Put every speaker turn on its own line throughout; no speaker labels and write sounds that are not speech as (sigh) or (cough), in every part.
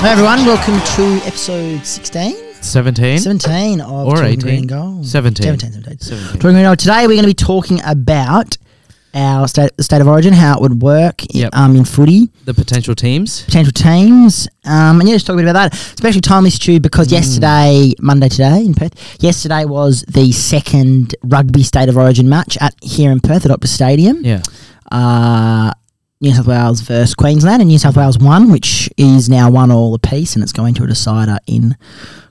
Hey everyone, welcome to episode 16,
17?
17 of
Hmm? Or
Talking
18.
Green and Gold.
17.
17, 17.
17.
Talking Green and Gold. Today we're going to be talking about our state, state of origin, how it would work i-
Yep.
um, in footy,
The potential teams.
potential teams, um, and yeah, just talk a bit about that. Especially timely, Stu, because
Hmm.
yesterday, Monday today in Perth, yesterday was the second rugby state of origin match at here in Perth at Optus Stadium.
Yeah.
Uh, New South Wales versus Queensland, and New South Wales won, which is now one all apiece, and it's going to a decider in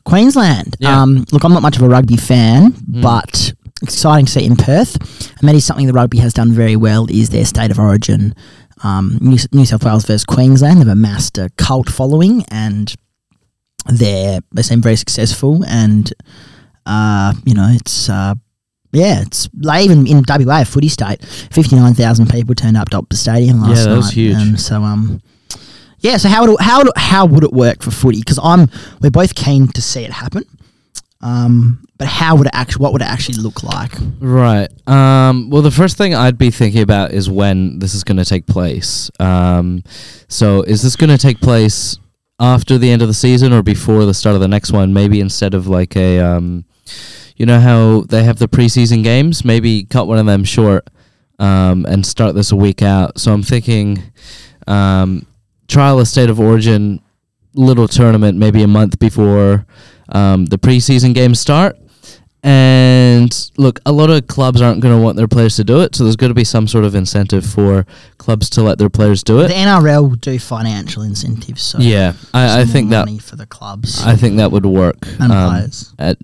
Queensland.
Yeah.
Um, look, I'm not much of a rugby fan, but it's exciting to see it in Perth, and that is something the rugby has done very well. Is their state of origin, um, New, New South Wales versus Queensland, they've amassed a cult following, and they're they seem very successful, and uh, you know it's. Uh, yeah, it's like even in WA footy state, fifty nine thousand people turned up to Optus Stadium last
Yeah, that
night.
was huge.
Um, so um, yeah. So how would it, how would it, how would it work for footy? Because I'm we're both keen to see it happen. Um, but how would it actually? What would it actually look like?
Right. Um, well, the first thing I'd be thinking about is when this is going to take place. Um, so, is this going to take place after the end of the season or before the start of the next one? Maybe instead of like a, um, you know how they have the preseason games. Maybe cut one of them short um, and start this a week out. So I'm thinking um, trial of state of origin, little tournament, maybe a month before um, the preseason games start. And look, a lot of clubs aren't going to want their players to do it, so there's going to be some sort of incentive for clubs to let their players do
the
it.
NRL will do financial incentives. So
Yeah, I, I
some
think
more
that
money for the clubs
I think that would work.
and
um,
players.
at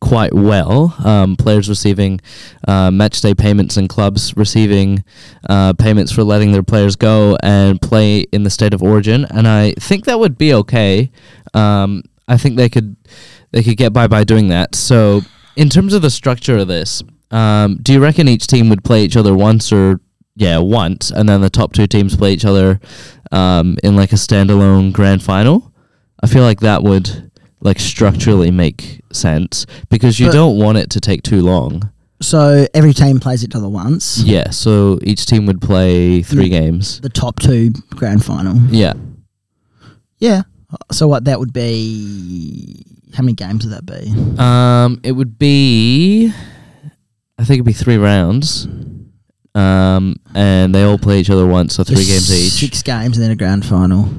quite well. Um, players receiving uh, match day payments and clubs receiving uh, payments for letting their players go and play in the state of origin. And I think that would be okay. Um, I think they could they could get by by doing that. So in terms of the structure of this, um, do you reckon each team would play each other once or yeah once, and then the top two teams play each other um, in like a standalone grand final? I feel like that would like structurally make sense because you
But-
don't want it to take too long.
So every team plays each other once.
Yeah, so each team would play three
Yeah.
games.
The top two grand final.
Yeah,
Yeah. So what that would be? How many games would that be?
um, it would be, I think it'd be three rounds, um, and they all play each other once, so
So
three games each.
Six games and then a grand final.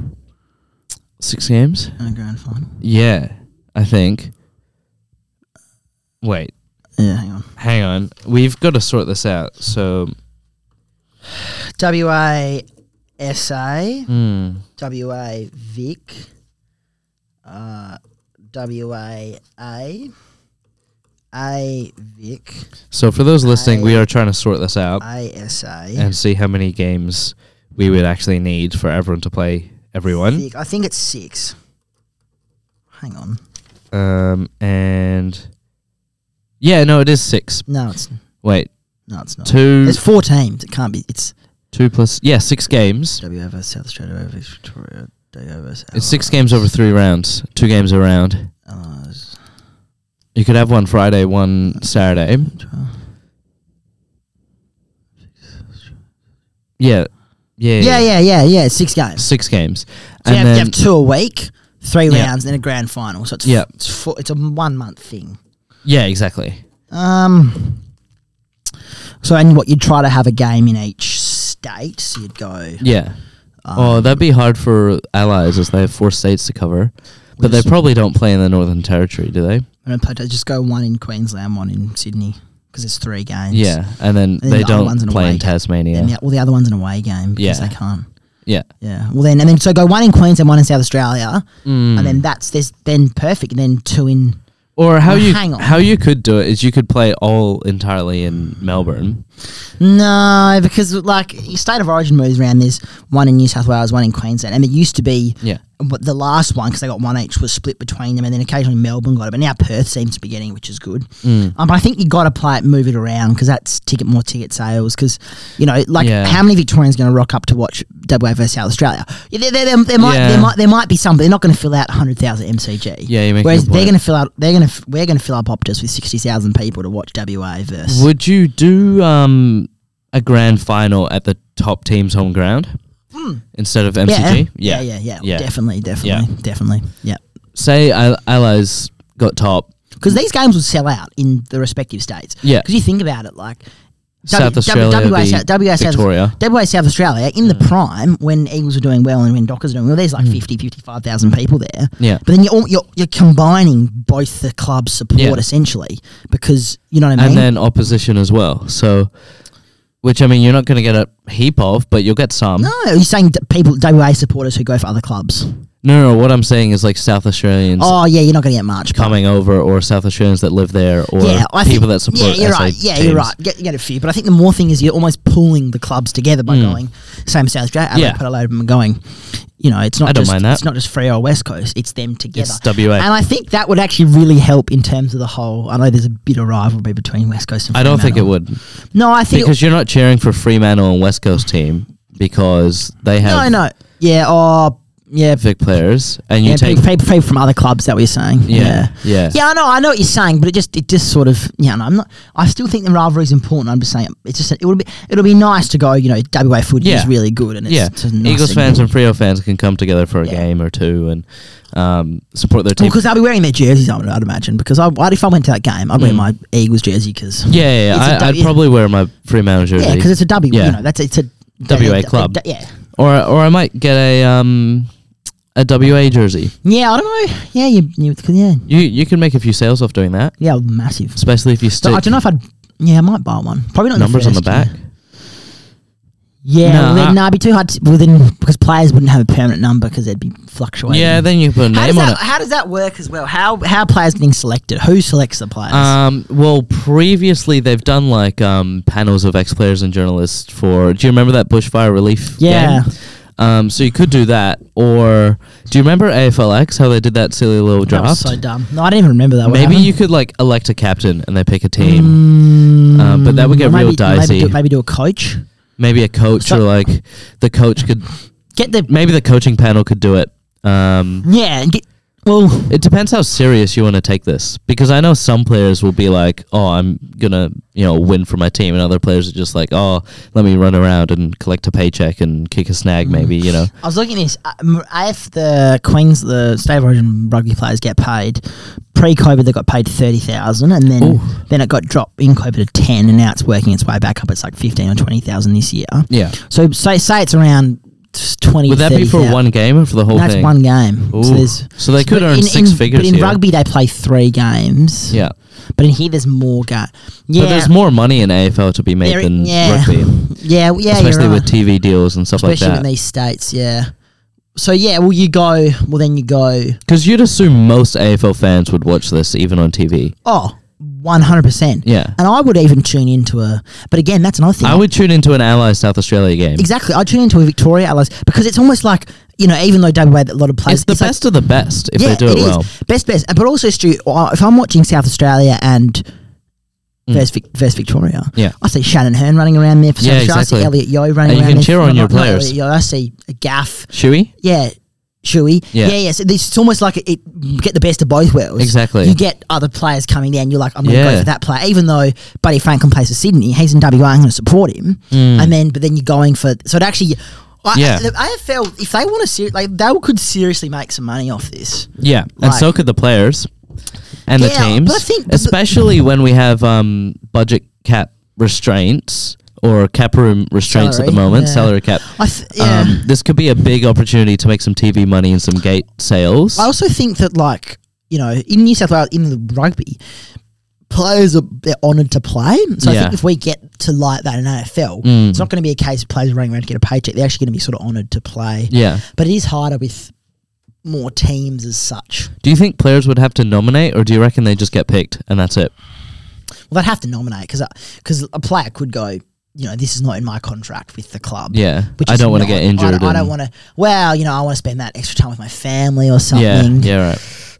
Six games?
And a grand final.
Yeah, I think. Wait,
Yeah, hang on.
hang on. We've got to sort this out. So,
WA SA,
hmm,
WA Vic, uh, WA A, A Vic,
so for those listening, we are trying to sort this out
ASA.
and see how many games we would actually need for everyone to play everyone.
Vic. I think it's six. Hang on.
Um, and yeah, no, it is six.
No, it's
Wait,
no, it's not.
two,
There's four teams. It can't be. It's
two plus. Yeah, six games.
WA versus South Australia versus Victoria. WA versus
It's six games over three rounds. Two games a round.
Allies.
You could have one Friday, one Saturday. Yeah, yeah,
Yeah, yeah, yeah, yeah. It's six games.
Six games,
So you
and
have, you
then
have two a week, three
Yeah.
rounds, then a grand final. So it's
Yeah.
f- it's, four, it's a one month thing.
yeah, exactly.
Um, so and what you'd try to have a game in each state. So you'd go.
Yeah.
Um,
oh, that'd be hard for allies as they have four states to cover. But they
Yes.
probably don't play in the Northern Territory, do they?
and I'd play- just go one in Queensland, one in Sydney, because there's three games.
Yeah, and then
then
they
the other one's
don't
an
play
away
in
game.
Tasmania.
And the, well, the other one's an away game because
Yeah.
they can't.
yeah.
Yeah. Well, then and then so go one in Queensland, one in South Australia,
Mm.
and then that's there's then perfect, and then two in.
or how
Well,
you
hang on.
how you could do it is you could play all entirely in Melbourne.
No, because like your state of origin moves around. There's one in New South Wales, one in Queensland, and it used to be
Yeah.
what the last one because they got one each was split between them, and then occasionally Melbourne got it, but now Perth seems to be getting, it, which is good.
Mm.
Um, but I think you got to play it, move it around because that's ticket more ticket sales. Because you know, like
Yeah.
how many Victorians going to rock up to watch WA versus South Australia? Yeah, there, there, there, there might there
Yeah.
might there might be some, but they're not going to fill out hundred thousand MCG.
Yeah, you make a
Whereas they're
good point.
going to fill out, they're going to we're going to fill up Optus with sixty thousand people to watch WA versus.
Would you do um, a grand final at the top team's home ground? instead of
Yeah.
MCG.
Hmm. Yeah, yeah, yeah,
Yeah.
Definitely, definitely, definitely. Yeah.
Say Al- Allies got top.
Because these games would sell out in the respective states.
Yeah.
Because you think about it, like
South Australia,
WA,
beat
South, WA, South,
Victoria.
WA South Australia, in the prime when Eagles were doing well and when Dockers were doing well, there's like fifty, fifty-five thousand 50, 55,000 people there.
Hmm. Yeah.
But then you're, all, you're you're combining both the club support
Yeah.
essentially because you know what I mean.
and then opposition as well. So, which I mean, you're not going to get a heap of, but you'll get some.
no, you're saying d- people WA supporters who go for other clubs.
No, no, no. What I'm saying is like South Australians
Oh yeah, you're not going to get much.
coming over, or South Australians that live there, or
yeah, I
people
think,
that support.
Yeah, you're
SA
right. Yeah,
teams.
you're right. Get, get a few, but I think the more thing is you're almost pulling the clubs together by
Mm.
going same South Australia. Adelaide,
Yeah.
put a load of them going. You know, it's not
I don't
just
mind that.
it's not just Freo or West Coast. It's them together.
It's WA.
and I think that would actually really help in terms of the whole. I know there's a bit of rivalry between West Coast and.
I don't think it
Fremantle.
would
No, I think it-
because you're not cheering for Fremantle and West Coast team because they
no,
have
no. Yeah. Oh, yeah.
Vic players, and you
yeah
take
people, people, people from other clubs that we're saying.
yeah,
yeah.
yeah,
Yeah, I know, I know what you're saying, but it just it just sort of yeah. No, I'm not. I still think the rivalry is important. I'm just saying it's just it would be it'll be nice to go. You know, WA footy
Yeah.
is really good, and it's,
yeah.
it's a nice
Eagles
thing.
fans and Frio fans can come together for a
Yeah.
game or two and um, support their
Well,
team.
because they'll be wearing their jerseys, I would, I'd imagine. Because I, I'd- if I went to that game, I'd wear
Mm.
my Eagles jersey because
yeah, yeah,
It's a
yeah.
du-
I, I'd
yeah.
probably wear my Fremantle jersey.
yeah, because it's a W.
Yeah.
You know, that's it's a
WA
they- they-
club.
they- yeah,
or or I might get a um a WA jersey.
yeah. I don't know. Yeah, you, you 'cause, yeah,
You you can make a few sales off doing that,
yeah, massive.
especially if you
So
stick
I don't know if I'd. Yeah, I might buy one. Probably not in
numbers on the
first year.
back.
Yeah,
Nah,
well,
I-
then, nah, it'd be too hard to, well, then, because players wouldn't have a permanent number because they'd be fluctuating.
Yeah, then you put a
How does,
name on
that,
it.
how does that work as well? How how are players getting selected? Who selects the players?
Um, well, previously they've done like um, panels of ex players and journalists for. Do you remember that bushfire relief?
Yeah.
game? Um, so you could do that, or do you remember AFLX how they did that silly little
that was
draft?
so dumb. No, I didn't even remember that. What
Maybe
happened?
you could like elect a captain and they pick a team,
Mm,
Uh, but that would get
maybe,
real dicey.
Maybe do, maybe do a coach.
maybe a coach
So-
or like the coach could
Get the
maybe the coaching panel could do it. Um,
yeah. and Get, well,
it depends how serious you want to take this because I know some players will be like, "Oh, I'm gonna you know win for my team," and other players are just like, "Oh, let me run around and collect a paycheck and kick a snag,
Mm-hmm.
maybe you know."
I was looking at this. Um, if the Queens, the state of origin rugby players get paid pre-COVID, they got paid thirty thousand, and then
Ooh.
then it got dropped in COVID to ten, and now it's working its way back up. It's like fifteen or twenty thousand this year.
Yeah,
So say say it's around twenty.
would that be for
30,000.
one game or for the whole
That's
thing?
one game.
Ooh.
So there's
So they could
but
earn
in-
six
in-
figures
But in
here.
rugby, they play three games.
yeah.
But in here, there's more ga Yeah.
but there's more money in AFL to be made
There- (laughs)
than
yeah.
rugby,
Yeah, w- yeah,
especially
you're
with
right.
TV deals and stuff
especially
like
in
that.
these states. Yeah. So yeah, well, you go. Well, then you go.
Because you'd assume most AFL fans would watch this even on TV.
Oh, 100 percent.
Yeah,
And I would even tune into a. But again, that's another thing.
I would tune into an Allies South Australia game.
exactly. I tune into a Victoria Allies because it's almost like you know, even though WA that a lot of players,
It's the
like-
best of the best if they do it,
is.
well.
Best, best. Uh, But also, Stu, uh, if I'm watching South Australia and
Mm.
versus, Vic, versus Victoria,
Yeah.
I see Shannon Hearn running around there for South
Yeah,
Australia.
exactly.
I see Elliot Yo running
And you
around
can
there
cheer
for-
on your
not- not
players.
Elliot Yeo, I see a gaff.
Shuey?
Yeah. Shuey.
Yeah.
Yeah, yeah. So this, it's almost like it, it, you get the best of both worlds.
Exactly.
You get other players coming down. You're like, I'm going to
Yeah.
go for that player. Even though Buddy Franklin plays for Sydney, he's in WA. I'm going to support him. And then, but then you're going for so it actually. I,
Mm. Yeah.
the AFL, if they want to, ser- like they could seriously make some money off this.
Yeah, and
Like-
so could the players and the
Yeah,
teams,
but I think the-
especially when we have um, budget cap restraints or cap room restraints at the
Salary,
moment,
yeah.
salary cap.
I th- yeah.
Um, this could be a big opportunity to make some TV money and some gate sales.
I also think that like you know in New South Wales in the rugby players are they're honoured to play. So I
Yeah. Mm.
think if we get to like that in AFL, it's not going to be a case of players running around to get a paycheck. They're actually going to be sort of honoured to play.
yeah.
But it is harder with more teams as such.
Do you think players would have to nominate, or do you reckon they just get picked and that's it?
Well, they'd have to nominate because because a player could go. You know, this is not in my contract with the club.
Yeah,
which
I
is
don't want to
not-
get
I don't-
injured.
I, don't
and-
want to. Well, you know, I want to spend that extra time with my family or something.
Yeah, yeah, right.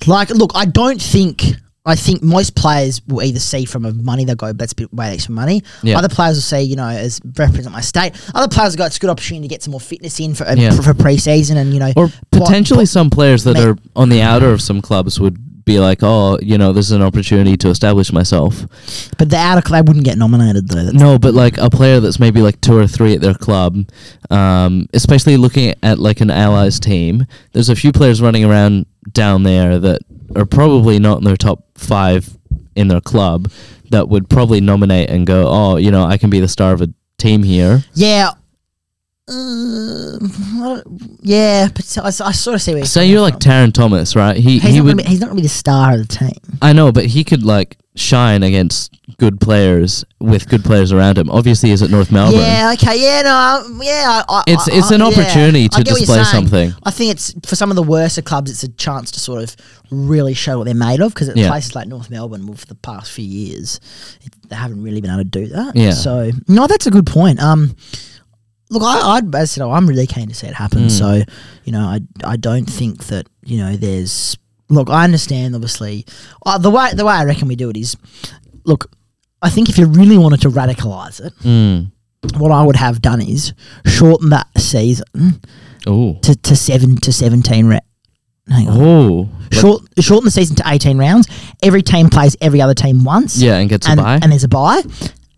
Like, look, I don't think. I think most players will either see from a money they'll go, that's a bit way extra money.
Yeah.
Other players will say, you know, as represent my state. Other players will go, it's a good opportunity to get some more fitness in for
Yeah.
for, pre season and you know
Or
plot-
potentially
plot-
some players that
Mate.
are on the outer of some clubs would be like, oh, you know, this is an opportunity to establish myself.
But the outer club wouldn't get nominated though. That's
No, but like a player that's maybe like two or three at their club, um, especially looking at like an allies team, there's a few players running around down there that are probably not in their top five in their club that would probably nominate and go, oh, you know, I can be the star of a team here.
yeah. Uh, yeah, but I, I sort of see where.
Say you're like
coming
Taryn Thomas, right? He
from. he's,
he
not
would.
gonna be, he's not really the star of the team.
I know, but he could like shine against good players with good players around him. Obviously, he's at North Melbourne.
Yeah, okay, yeah, no, I- yeah. I, I-
It's
I-
it's an
I- yeah,
opportunity
I
to
get what you're
display
saying.
something.
I think it's for some of the worser clubs, it's a chance to sort of really show what they're made of because at
Yeah.
places like North Melbourne, well, for the past few years, it, they haven't really been able to do that.
Yeah.
So no, that's a good point. Um, look, I, I'd as I said, I'm really keen to see it happen.
Mm.
So you know, I I don't think that you know there's look. I understand obviously uh, the way the way I reckon we do it is look. I think if you really wanted to radicalise it,
Mm.
what I would have done is shorten that season
Oh.
to, to seven to seventeen. Re- hang on.
Oh.
Short, shorten the season to 18 rounds. Every team plays every other team once.
Yeah, and gets
and,
a buy.
and there's a buy.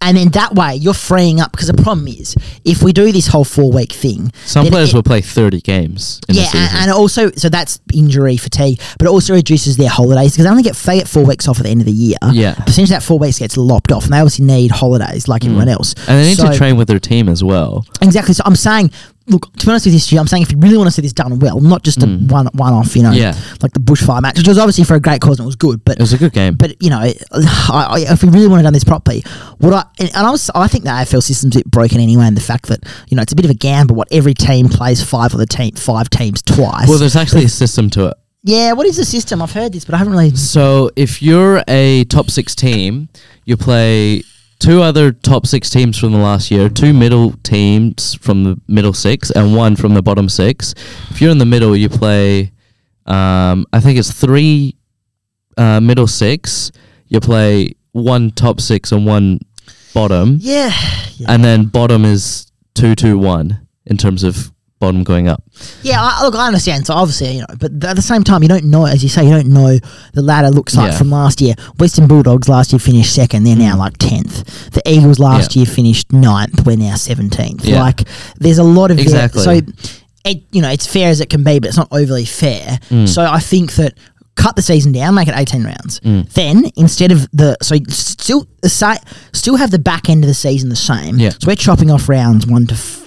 And then that way you're freeing up because the problem is if we do this whole four week thing,
Some
then
players
it-
will play 30 games in
yeah,
a
and,
season.
and also so that's injury fatigue, but it also reduces their holidays because they only get they get four weeks off at the end of the year.
Yeah. Mm.
percentage of that four weeks gets lopped off, and they obviously need holidays like everyone else.
And they need
So-
to train with their team as well.
Exactly. So I'm saying, look, to be honest with you, Stu, I'm saying if you really want to see this done well, not just
Mm.
a one one off, you know,
Yeah.
like the bushfire match, which was obviously for a great cause and it was good, but
It was a good game.
but you know, I, I, if we really want to done this properly, what I and, and I was I think the AFL system's a bit broken anyway, and the fact that you know it's a bit of a gamble. What every team plays five of the team five teams twice.
well, there's actually a system to it.
yeah. What is the system? I've heard this, but I haven't really.
So if you're a top six team, you play two other top six teams from the last year, two middle teams from the middle six, and one from the bottom six. If you're in the middle, you play, um, I think it's three uh, middle six. You play one top six and one bottom,
Yeah. Yeah.
and then bottom is two two one in terms of bottom going up.
Yeah, I, look, I understand. So obviously, you know, but th- at the same time, you don't know, as you say, you don't know the ladder looks like
Yeah. Mm.
from last year. Western Bulldogs last year finished second; they're now like tenth. The Eagles last year finished ninth; we're now seventeenth.
Yeah.
Like, there's a lot of vari-
Exactly.
so, it you know, it's fair as it can be, but it's not overly fair.
Mm.
So I think that cut the season down, make it eighteen rounds.
Mm.
Then instead of the so s- still the si- still have the back end of the season the same.
Yeah.
So we're chopping off rounds one to. F-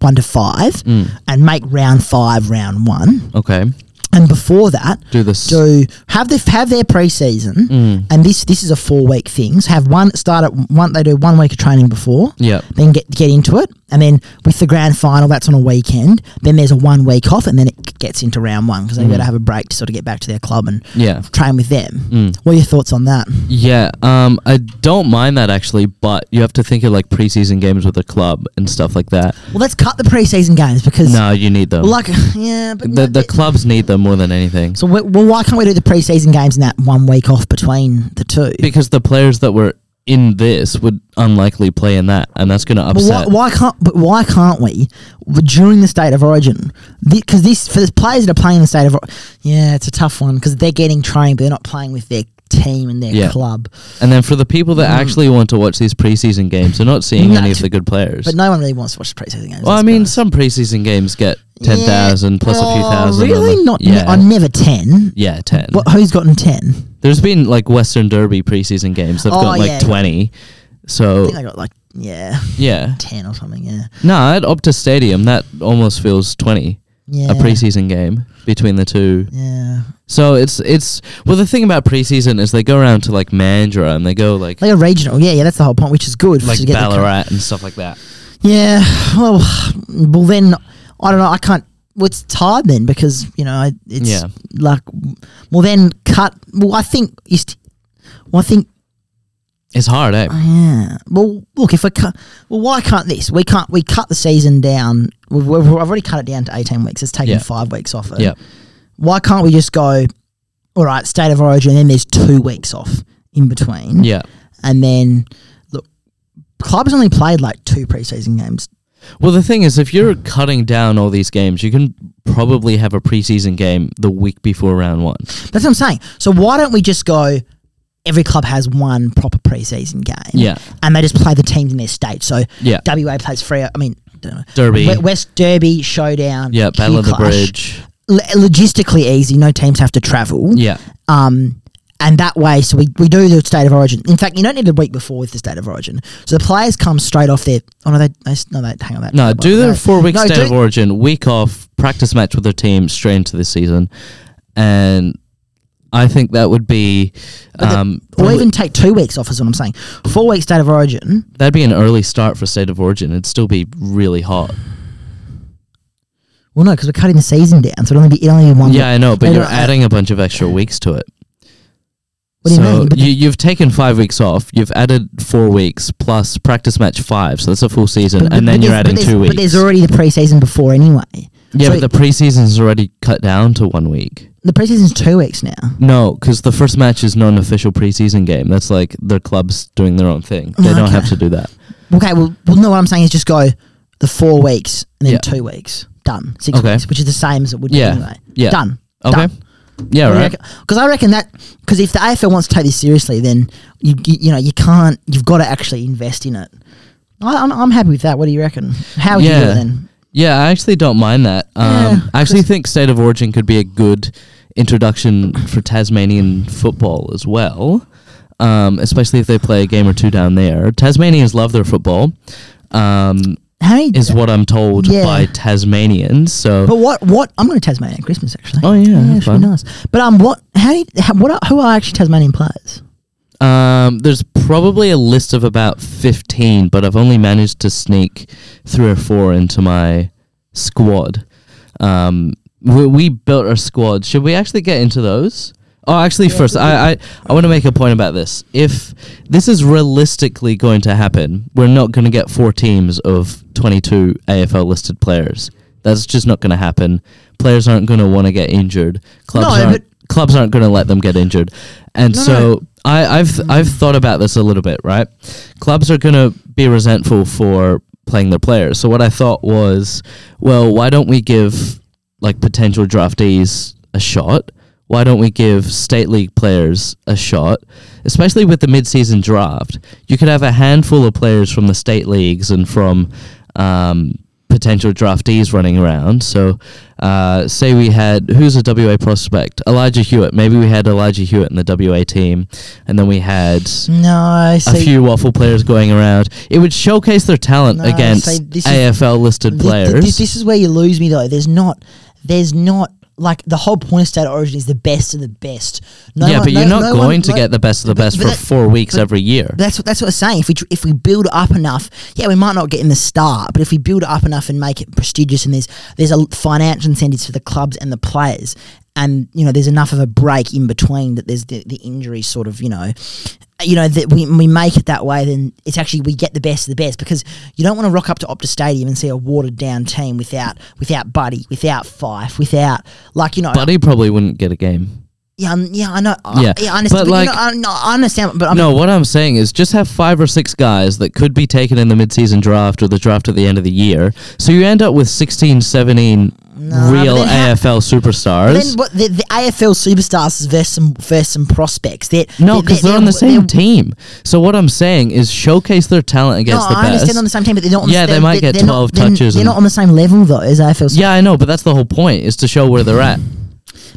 one to five,
Mm.
and make round five round one.
Okay,
And before that,
do this.
do have their have their preseason,
Mm.
and this this is a four week thing. So have one start at one. They do one week of training before,
Yeah.
then get get into it, and then with the grand final, that's on a weekend. Then there's a one week off, and then it gets into round one because they've got to have a break to sort of get back to their club and
Mm. Yeah.
train with them.
Mm.
What are your thoughts on that?
Yeah, um, I don't mind that actually, but you have to think of like preseason games with a club and stuff like that.
Well, let's cut the preseason games because
No, you need them.
like (laughs) yeah, but
the the clubs need them more than anything
so wh- well, why can't we do the preseason games in that one week off between the two?
because the players that were in this would unlikely play in that, and that's going to
But
upset.
why, why can't but why can't we w- during the state of origin? Because this for the players that are playing in the state of Or- yeah, it's a tough one because they're getting trained, but they're not playing with their team and their
Yeah.
club.
And then for the people
Mm.
that actually want to watch these preseason games, they're not seeing
No,
any of
t-
the good players.
But no one really wants to watch the preseason games.
well, I
let's be
mean,
honest.
some preseason games get ten thousand plus a few
Oh,
thousand. on
Really,
the-
not
yeah,
yeah. on never ten.
yeah, ten.
What, who's gotten ten?
There's been like Western Derby preseason games that've
Oh,
got like
yeah, yeah.
twenty.
I
So
think I got like yeah
yeah,
ten or something. Yeah,
No, at Optus Stadium, that almost feels 20,
yeah,
a preseason game between the two.
Yeah,
So it's, it's, well, the thing about preseason is they go around to like Mandurah and they go like,
like a regional. Yeah, yeah, that's the whole point, which is good.
like
to get the
Ballarat and stuff like that.
Yeah. Well, well then I don't know. I can't. Well, it's hard then because you know I- it's
Yeah.
like. Well, then cut. Well, I think you. St- well, I think
It's hard, eh?
yeah. Well, look if I cut. Well, why can't this? We can't. We cut the season down. We've, we've, I've already cut it down to eighteen weeks. It's taken
Yeah.
five weeks off it.
Yeah.
Why can't we just go? All right, state of origin. Then there's two weeks off in between,
Yeah.
and then look, clubs only played like two preseason games
Well, the thing is, if you're cutting down all these games, you can probably have a preseason game the week before round one.
That's what I'm saying. So why don't we just go? Every club has one proper preseason game.
Yeah.
and they just play the teams in their state. So
Yeah.
WA plays Freo. I mean, don't know.
Derby.
We- West Derby Showdown.
yeah,
Q
Battle of the
Clash.
Bridge.
L- logistically easy. No teams have to travel.
Yeah.
Um, and that way, so we, we do the state of origin. In fact, you don't need a week before with the state of origin. So the players come straight off their. Oh no, they, they s- no, they hang on that.
No, do
the
their four week
no,
state
do-
of origin, week off, practice match with their team straight into the season. And I think that would be.
the-
Um,
Or
probably-
even take two weeks off is what I'm saying. Four weeks state of origin.
that'd be an early start for state of origin. It'd still be really hot.
Well, no, because we're cutting the season down, so it only be it only be one.
Yeah, I know, but
I
you're
don't- I-
adding a bunch of extra weeks to it.
What do you mean? But
you, you've taken five weeks off. You've added four weeks plus practice match five, so that's a full season,
But-
and
but
then you're
there's-
adding
but there's-
two weeks.
But there's already the preseason before anyway.
yeah,
so
but the preseason's already cut down to one week.
The preseason's two weeks now.
No, because the first match is not an official preseason game. That's like the clubs doing their own thing. They don't
Okay.
have to do that.
(laughs) Okay, well, well, no, what I'm saying is just go the four weeks and then
Yeah.
two weeks. Done. Six
Okay.
weeks, which is the same as it would
Yeah.
be anyway.
Yeah.
Done.
Okay.
Done.
Yeah. Right.
Because I reckon that because if the AFL wants to take this seriously, then you you, you know you can't. You've got to actually invest in it. I, I'm, I'm happy with that. What do you reckon? How would you do
Yeah.
it then?
Yeah, I actually don't mind that. Um,
Yeah,
I actually think State of Origin could be a good introduction for Tasmanian football as well, um, especially if they play a game or two down there. Tasmanians love their football, um,
How many?
is what I'm told
Yeah.
by Tasmanians. So,
but what what I'm going to Tasmania at Christmas actually.
oh yeah,
yeah, should be
fun.
nice. But um, what how do you, how, what are, who are actually Tasmanian players?
Um, there's probably a list of about 15, but I've only managed to sneak three or four into my squad. Um, we, we built our squad. Should we actually get into those? Oh, actually, first, I, I, I want to make a point about this. If this is realistically going to happen, we're not going to get four teams of 22 AFL listed players. That's just not going to happen. Players aren't going to want to get injured. Clubs
No,
aren't
but-
clubs aren't going to let them get injured. And
No,
so
no.
I, I've I've thought about this a little bit, right? Clubs are going to be resentful for playing their players. So what I thought was, well, why don't we give like potential draftees a shot? Why don't we give state league players a shot? Especially with the mid-season draft, you could have a handful of players from the state leagues and from um, potential draftees running around. So, uh, say we had who's a WA prospect, Elijah Hewitt. Maybe we had Elijah Hewitt in the WA team, and then we had
No,
a few waffle players going around. It would showcase their talent
No,
against
see, this is-
AFL listed
Th- th-
players.
This, this is where you lose me though. There's not. There's not like the whole point of state of origin is the best of the best. No
yeah,
one-
but you're
no-
not
no
going
one-
to
no-
get the best of the
but-
best
but
for
that-
four weeks
but-
every year.
That's what that's what I'm saying. If we tr- if we build up enough, yeah, we might not get in the start, but if we build it up enough and make it prestigious, and there's there's a l- financial incentives for the clubs and the players, and you know there's enough of a break in between that there's the, the injury sort of you know, you know that we, we make it that way, then it's actually we get the best of the best because you don't want to rock up to Optus Stadium and see a watered down team without without Buddy, without Fife, without like you know
Buddy probably wouldn't get a game.
yeah I'm- yeah I know I-
Yeah,
yeah I understand
but
but you
like-
know, I, no, I understand but I'm
no, what I'm saying is just have five or six guys that could be taken in the mid-season draft or the draft at the end of the year. So you end up with 16, 17
No,
real
but then how-
AFL superstars.
But then what the, the AFL superstars versus some versus some prospects. They're,
No, because they're, on the same team. So what I'm saying is showcase their talent
No,
against the
I
best.
understand on the same team, but they're not. On
Yeah,
the,
they might
they're-
get
they're not-
12
they're-
touches
They're
and-
not on the same level though as AFL.
yeah, I know, but that's the whole point is to show where they're at.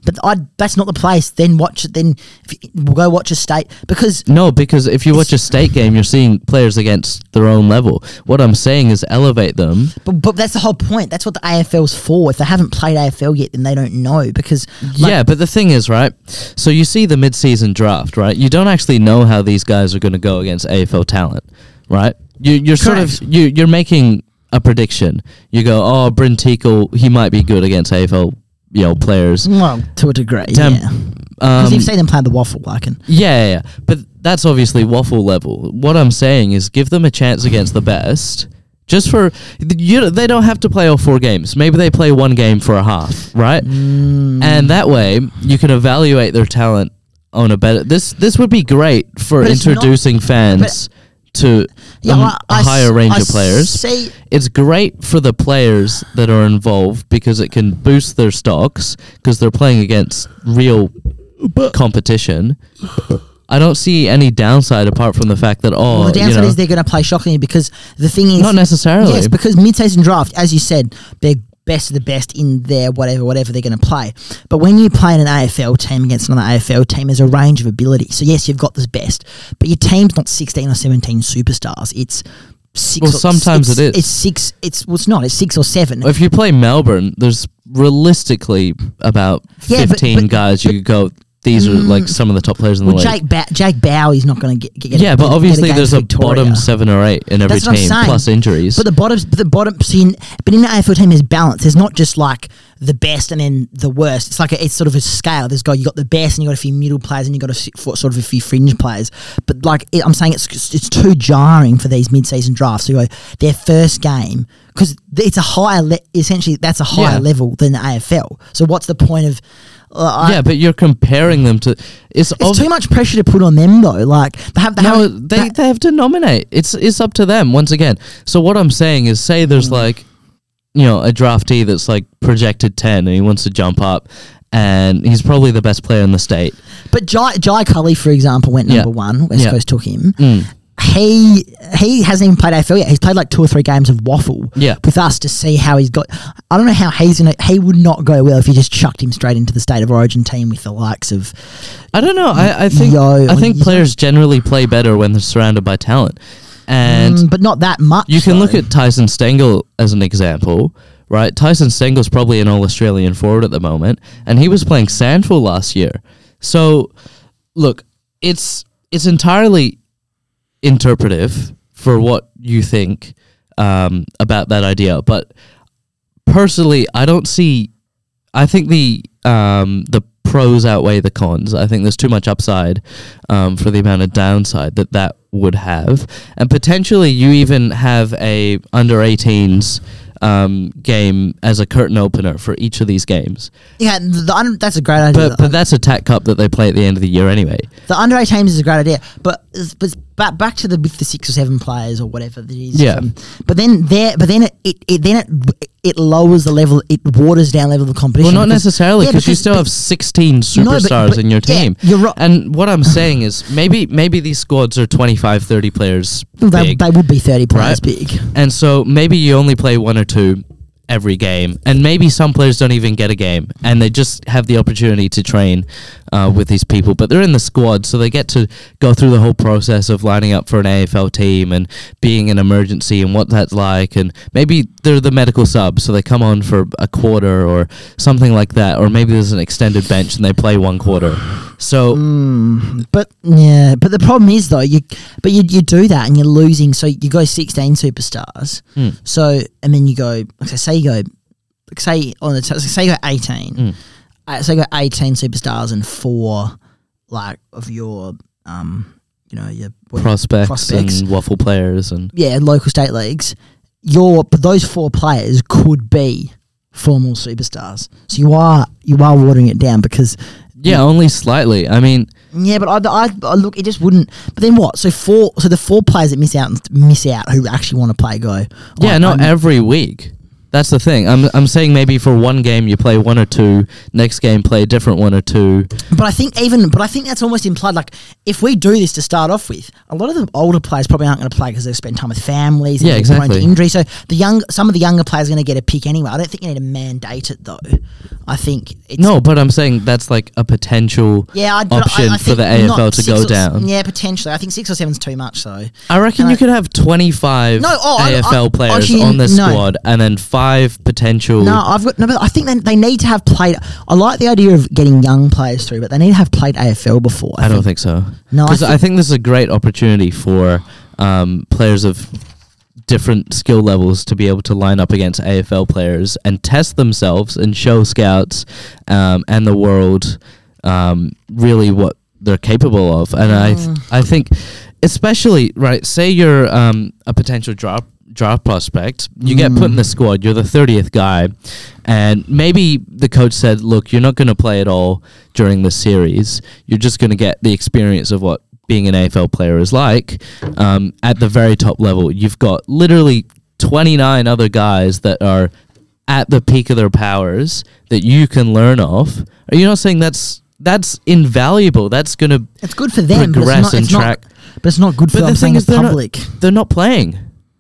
but I, that's not the place. Then watch it. Then if you, we'll go watch a state because
No, because if you watch a state game, you're seeing players against their own level. What I'm saying is elevate them.
but, but that's the whole point. That's what the AFL's for. If they haven't played AFL yet, then they don't know because like,
yeah, but the thing is, right? So you see the mid-season draft, right? You don't actually know how these guys are going to go against AFL talent, right? You, you're sort of
Correct.
you, you're making a prediction. You go, oh, Bryn Teagle, he might be good against AFL, you know, players.
well to a degree,
Damn.
Mm, yeah. Because
Um,
you've seen them play the waffle, I can.
Yeah, yeah, yeah, but that's obviously waffle level. What I'm saying is, give them a chance against the best. Just for you, they don't have to play all four games. Maybe they play one game for a half, right?
Mm.
And that way, you can evaluate their talent on a better. This this would be great for
But it's not-
introducing fans to
Yeah,
um,
well,
a
I s-
higher range
I
of players.
See,
it's great for the players that are involved because it can boost their stocks because they're playing against real competition. I don't see any downside apart from the fact that oh,
well, the
you
downside
know,
is they're going to play shockingly because the thing is,
not necessarily.
Yes, because mid-season draft, as you said, they're best of the best in their whatever whatever they're going to play. But when you play in an AFL team against another AFL team, there's a range of ability. So yes, you've got the best, but your team's not 16 or 17 superstars. It's six.
Well,
or,
sometimes
it's,
it is.
It's six. It's well, it's not. It's six or seven.
if you play Melbourne, there's realistically about
Yeah, but-
fifteen
but- Mm.
guys you could go. These are like some of the top players in the
well,
league.
Jake ba- Jake Bowie's not going to get, get
yeah, but
get
obviously
game
there's
for
a
Victoria.
bottom seven or eight in every
That's what I'm
team,
saying.
plus injuries.
But the bottom, but the bottom. So in, but in the AFL team, there's balance. There's not just like the best and then the worst. It's like a, it's sort of a scale. There's got you got the best and you got a few middle players and you got a s- for- sort of a few fringe players. But like it, I'm saying, it's it's too jarring for these mid-season drafts. So you go their first game because it's a higher le- essentially that's a higher
Yeah.
level than the AFL. So what's the point of? Uh, I-
yeah, but you're comparing them to. It's,
it's
obvi-
too much pressure to put on them though. Like they have they
No,
have,
they, they have to nominate. It's it's up to them once again. So what I'm saying is, say there's like, you know, a draftee that's like projected ten and he wants to jump up, and he's probably the best player in the state.
But Jai, Jai Cully, for example, went
Yeah.
number one. West
Yeah. Mm.
Coast took him. He he hasn't even played AFL yet. He's played like two or three games of waffle
Yeah.
with us to see how he's got. I don't know how he's gonna. He would not go well if you just chucked him straight into the state of origin team with the likes of.
I don't know. I, I think
Yo,
I think
you-
players generally play better when they're surrounded by talent, and
Mm, but not that much.
you can look
though.
at Tyson Stengel as an example. Right, Tyson Stengel's probably an All Australian forward at the moment, and he was playing Sandful last year. So, look, it's it's entirely interpretive for what you think um, about that idea. But personally, I don't see. I think the um, the pros outweigh the cons. I think there's too much upside um, for the amount of downside that that would have, and potentially you even have a under 18s um, game as a curtain opener for each of these games.
yeah, the, the, un- that's a great idea.
But but that's a TAC Cup that they play at the end of the year anyway.
The under 18s is a great idea, but but back back to the with the six or seven players or whatever that is. um,
Yeah.
but then there, but then it, it, it then it it lowers the level. It waters down level of competition.
Well, not
because-
necessarily
Yeah,
because you
because-
still
but-
have 16 superstars
No, but- but-
in your
yeah,
team.
you're right.
And what I'm saying is maybe maybe these squads are 25, 30 players
They,
big.
they would be 30 players
right?
big.
And so maybe you only play one or two every game, and maybe some players don't even get a game, and they just have the opportunity to train uh, with these people. But they're in the squad, so they get to go through the whole process of lining up for an AFL team and being an emergency and what that's like. And maybe they're the medical sub, so they come on for a quarter or something like that, or maybe there's an extended bench and they play one quarter. So
Mm. But yeah, but the problem is though you but you, you do that and you're losing. So you go 16 superstars.
Hmm.
So and then you go okay, say you go like, say on the t- say you go 18.
Hmm.
Uh, so you got 18 superstars and four like of your um you know your what-
prospects,
Prospects.
and waffle players and
yeah, local state leagues, your but those four players could be formal superstars. So you are you are watering it down because
yeah, only slightly. I mean.
yeah, but I, I, I look, it just wouldn't. But then what? So four, so the four players that miss out and miss out who actually want to play go.
Yeah,
I-
not
I'm-
every week. That's the thing. I'm I'm saying maybe for one game you play one or two, next game play a different one or two.
but I think even, but I think that's almost implied. Like if we do this to start off with, a lot of the older players probably aren't going to play because they've spent time with families. And
Yeah,
they're prone to
exactly.
Injury. So the young, some of the younger players are going to get a pick anyway. I don't think you need to mandate it though. I think it's
No, but I'm saying that's like a potential.
Yeah, I'd, but
option
I, I
for the
think
AFL
not
to
six
go
or s-
down.
Yeah, potentially. I think six or seven's too much. So
I reckon
No.
you could have 25
No, oh, I- I-
AFL players
actually,
on the
no.
squad and then five potential.
no, I've got no. But I think they, they need to have played. I like the idea of getting young players through, but they need to have played AFL before.
I don't think so.
No, I
because I,
think-
think this is a great opportunity for um, players of different skill levels to be able to line up against AFL players and test themselves and show scouts um, and the world um, really what they're capable of. And I, th- I think, especially right, say you're um, a potential drop draft prospect, you get put in the squad. You're the thirtieth guy, and maybe the coach said, "Look, you're not going to play at all during the series. You're just going to get the experience of what." being an AFL player is like. Um, at the very top level, you've got literally 29 other guys that are at the peak of their powers that you can learn off. Are you not saying that's that's invaluable? That's going to
It's good for them, but it's
Progress
not,
and
it's not-
track.
but it's not good for
But
I'm
the
saying
thing
the
is, they're not-
public.
they're not playing.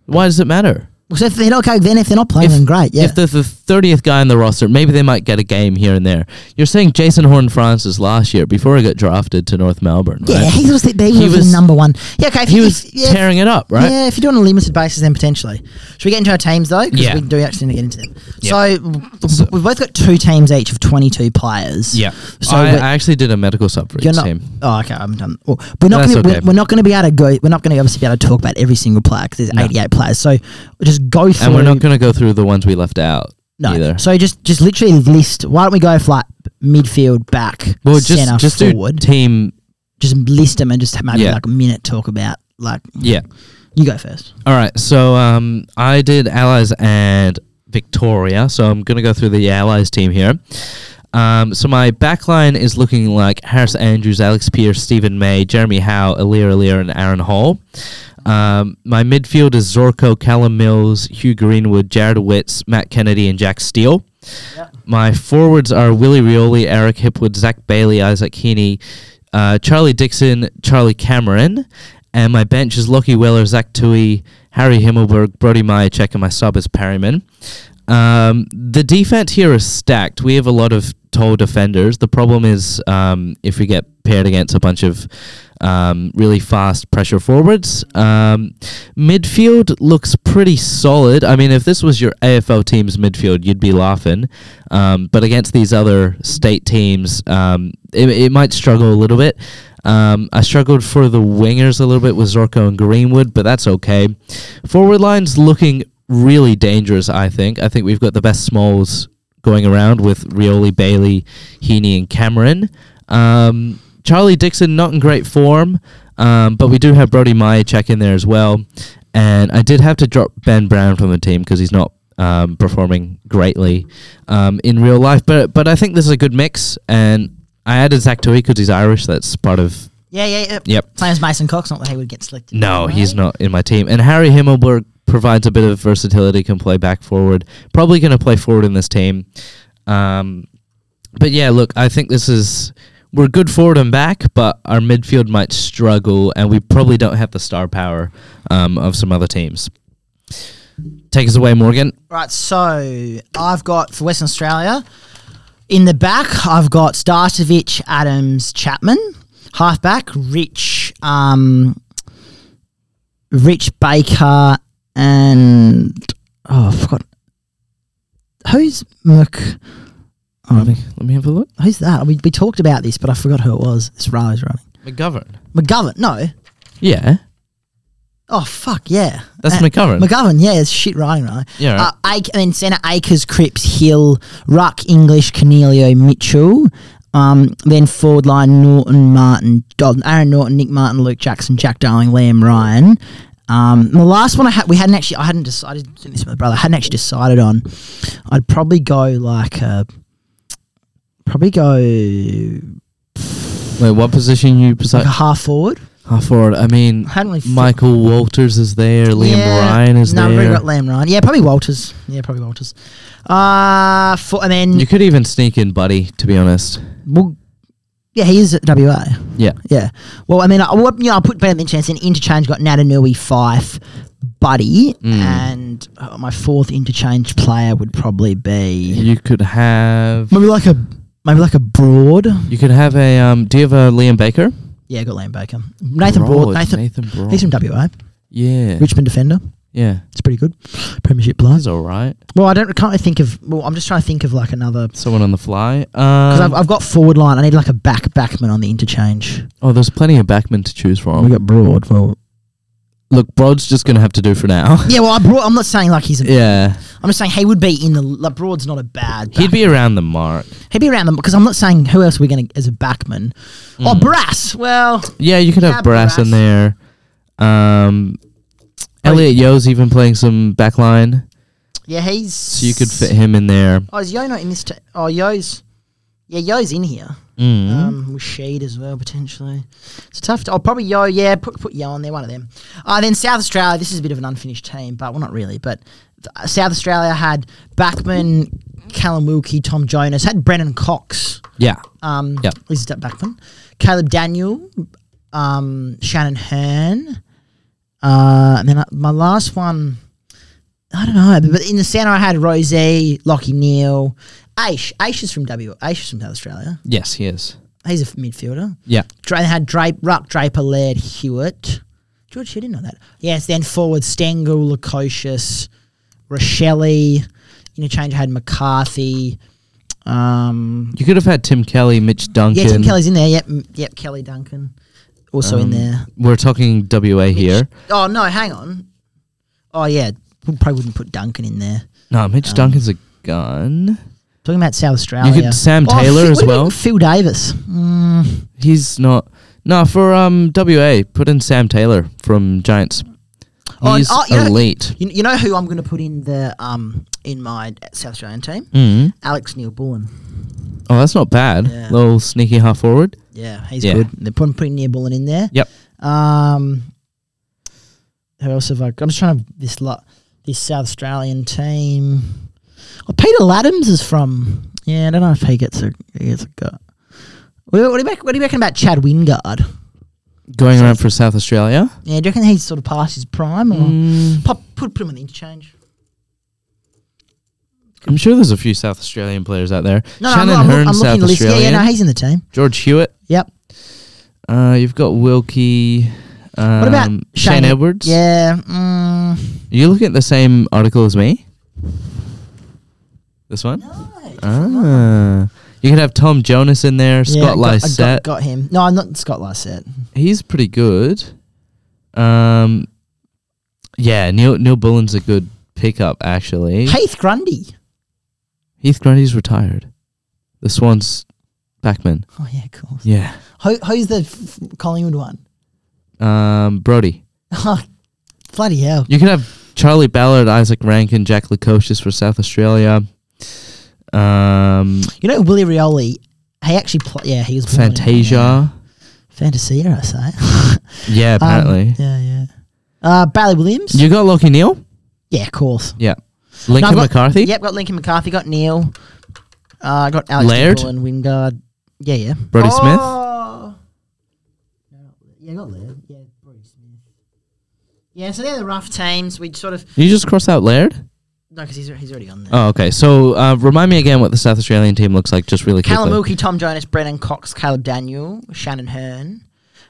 Why does it matter?
Well, so if they're not okay, then if they're not playing,
If-
then great. Yeah,
If they're the thirtieth guy in the roster, maybe they might get a game here and there. You're saying Jason Horn Francis last year before he got drafted to North Melbourne,
yeah,
right?
he was the, he,
He
was, the
was-
number one. Yeah, okay. If
He
you-
was
if- yeah, if-
tearing it up, right?
Yeah, if you do it on a limited basis, then potentially. Should we get into our teams though? 'Cause
Yeah.
we do actually need to get into them.
Yeah.
So, w-
So-
we've both got two teams each of twenty-two players. So
So I,
we're-
I actually did a medical sub for
You're
each
not.
team.
Oh, okay. I'm done. Well, we're not.
That's
Gonna,
okay.
we're, we're not going to be able to go. We're not going to obviously be able to talk about every single player because there's
No.
88 players. So just go through.
And we're not going to go through the ones we left out
no.
either.
So just just literally list. Why don't we go for like midfield, back,
Well,
center,
just just
forward.
do team.
just list them and just maybe
Yeah.
like a minute talk about like.
Yeah.
You go first.
All right. So um, I did allies and Victoria. So I'm going to go through the allies team here. Um, so my back line is looking like Harris Andrews, Alex Pierce, Stephen May, Jeremy Howe, Alir Alir, and Aaron Hall. Um, my midfield is Zorko, Callum Mills, Hugh Greenwood, Jared Witz, Matt Kennedy, and Jack Steele. My forwards are Willie Rioli, Eric Hipwood, Zach Bailey, Isaac Heaney, uh, Charlie Dixon, Charlie Cameron. And my bench is Lockie Weller, Zach Tui, Harry Himmelberg, Brody Majacek, and my sub is Perryman. Um, the defense here is stacked. We have a lot of tall defenders. The problem is um, if we get paired against a bunch of um, really fast pressure forwards. Um, midfield looks pretty solid. I mean, if this was your AFL team's midfield, you'd be laughing. Um, but against these other state teams, um, it, it might struggle a little bit. Um, I struggled for the wingers a little bit with Zorko and Greenwood, but that's okay. Forward line's looking really dangerous, I think. I think we've got the best smalls going around with Rioli, Bailey, Heaney, and Cameron. Um, Charlie Dixon, not in great form, um, but we do have Brody Meyer check in there as well. And I did have to drop Ben Brown from the team because he's not um, performing greatly um, in real life. But but I think this is a good mix. And I added Zach Tui because he's Irish. That's part of.
Yeah, yeah, yeah.
Yep.
Same as Mason Cox, not that he would get selected.
No, he's
Right?
not in my team. And Harry Himmelberg provides a bit of versatility, can play back forward. Probably going to play forward in this team. Um, but yeah, look, I think this is. We're good forward and back, but our midfield might struggle, and we probably don't have the star power um, of some other teams. Take us away, Morgan.
Right, so I've got for Western Australia in the back. I've got Starcevic, Adams, Chapman, halfback Rich, um, Rich Baker, and oh, I forgot who's Merc. Oh,
Let me, Um, let me have a look.
who's that? We, we talked about this, but I forgot who it was. This Raleigh running
McGovern.
McGovern. No,
Yeah,
oh fuck yeah,
that's
Uh,
McGovern.
McGovern, yeah, it's shit running, right?
Yeah, right.
Uh, Ake, and then centre Akers, Cripps, Hill, Ruck, English, Cornelio, Mitchell. Um, then forward line Norton, Martin, Dodd, Aaron Norton, Nick Martin, Luke Jackson, Jack Darling, Liam Ryan. Um, the last one I had, we hadn't actually, I hadn't decided, doing this with my brother, I hadn't actually decided on. I'd probably go like, uh, probably go
Wait, what position you
like
preside?
a half forward.
Half forward. I mean,
I hadn't really
Michael Walters is there. Liam
Yeah.
Ryan is
no, I've already
there.
got Liam Ryan. Yeah, probably Walters. Yeah, probably Walters. Uh, for, and then
You could even sneak in Buddy, to be honest.
Well, yeah, he is at WA.
Yeah.
Yeah. Well, I mean, I, would- you know, I put Ben Chance in interchange. Got Natanui, Fife, Buddy,
Mm.
and uh, my fourth interchange player would probably be
You could have.
maybe like a maybe like a Broad.
You could have a. Um, do you have a Liam Baker?
Yeah, got Liam Baker, Nathan Broad, Nathan.
Nathan Broad.
He's from WA,
yeah.
Richmond defender.
yeah.
It's pretty good. Premiership player.
He's all right.
Well, I don't can't really think of. Well, I'm just trying to think of like another
Someone on the fly.
because
Um,
I've, I've got forward line. I need like a back backman on the interchange.
oh, there's plenty of backmen to choose
we
from.
got Broad. Well,
Look, Broad's just going to have to do for now. (laughs)
yeah. Well, I brought, I'm not saying like he's a
yeah.
I'm just saying he would be in the like, Broad's not a bad. Back.
He'd be around the mark.
he'd be around them because I'm not saying who else we're going to as a backman.
Mm.
Or Brass. Well,
Yeah, you could
Yeah,
have Brass in
Barras.
there. Um, Elliot Yo's even playing some backline,
yeah, he's.
so you could fit him in there.
Oh, is Yo not in this? T- oh, Yo's. Yeah, Yo's in here.
Mm.
Um, with Sheed as well, potentially. It's tough. To, I'll probably Yo, yeah, put, put Yo on there, one of them. Uh, then South Australia, this is a bit of an unfinished team, but well, not really. But th- uh, South Australia had Backman, Callum Wilkie, Tom Jonas, had Brennan Cox.
yeah.
Um,
Yep.
He's a step backman. Caleb Daniel, um, Shannon Hearn. Uh, and then uh, my last one, I don't know, but in the centre I had Rosie, Lockie Neal, Aish. Aish is from W. Aish is from South Australia.
Yes, he is.
He's a f- midfielder.
Yeah.
Dra- they had Drape, Ruck, Draper, Laird, Hewitt. George, you didn't know that. Yes, then forward Stengel, Lukosius, Rochelle. Interchange I had McCarthy. Um,
You could have had Tim Kelly, Mitch Duncan.
yeah, Tim Kelly's in there. Yep, mm, yep, Kelly Duncan. Also in
Um,
there.
We're talking WA here.
Oh, no, hang on. Oh, yeah. We probably wouldn't put Duncan in there.
No,
Um,
Mitch Duncan's a gun.
Talking about South Australia.
You could Sam
Oh,
Taylor
Phil-
as
what about
well.
Phil Davis. Mm,
He's not. No, for um WA, put in Sam Taylor from Giants.
Oh, and-
He's
oh, you know-
elite.
you, you know who I'm going to put in the um in my South Australian team?
Mm.
Alex Neil Bullen.
Oh, that's not bad.
Yeah.
Little sneaky half forward.
Yeah, he's
Yeah.
good. They're putting putting near Bullen in there.
Yep.
Um, who else have I? I'm just trying to this lot this South Australian team. Oh, Peter Laddams is from. Yeah, I don't know if he gets a he gets a go. What do, you reckon, what do you reckon about Chad Wingard?
Going around for South Australia.
Yeah, do you reckon he's sort of past his prime? Or
Mm,
pop, put, put him on the interchange.
I'm sure there's a few South Australian players out there.
No,
Shannon
no, I'm,
Hearn,
I'm, I'm
South
looking at the list. Yeah,
Australian.
yeah, no, he's in the team.
George Hewitt.
Yep.
Uh, you've got Wilkie. Um,
about
Shane,
Shane- E-
Edwards?
Yeah. Mm,
You looking at the same article as me? This one? Ah. You could have Tom Jonas in
yeah, I
there, Uh, Scott
got- I
Lysette.
Got, got him. No, I'm not Scott Lysette.
He's pretty good. Um Yeah, Neil Neil Bullen's a good pickup actually.
Heath Grundy.
Heath Grundy's retired. The Swans backman.
Oh yeah, cool.
Yeah.
Who, who's the f- f- Collingwood one? (laughs)
Um Brody.
Oh, bloody hell!
You could have Charlie Ballard, Isaac Rankin, Jack Lukosius for South Australia. Um
You know Willie Rioli. He actually, pl- yeah, he was born in-
Fantasia.
Fantasia, I say. Um,
Yeah, apparently.
yeah, yeah. Uh, Bailey Williams.
You got Lockie Neal?
yeah, of course.
Yeah.
No,
Lincoln
I've got-
McCarthy?
Yep, got Lincoln McCarthy. Got Neil. Uh, got Alex
Laird?
Laird and Wingard. Yeah, yeah.
Brody Smith?
Smith. Yeah, not Laird. Yeah, Brody Smith. Yeah, so they're the rough teams. We'd sort of
You just cross out Laird?
no, because he's, he's already on there.
Oh, okay. So uh, remind me again what the South Australian team looks like, just really
Callum
quickly.
Wilkie, Tom Jonas, Brennan Cox, Caleb Daniel, Shannon Hearn,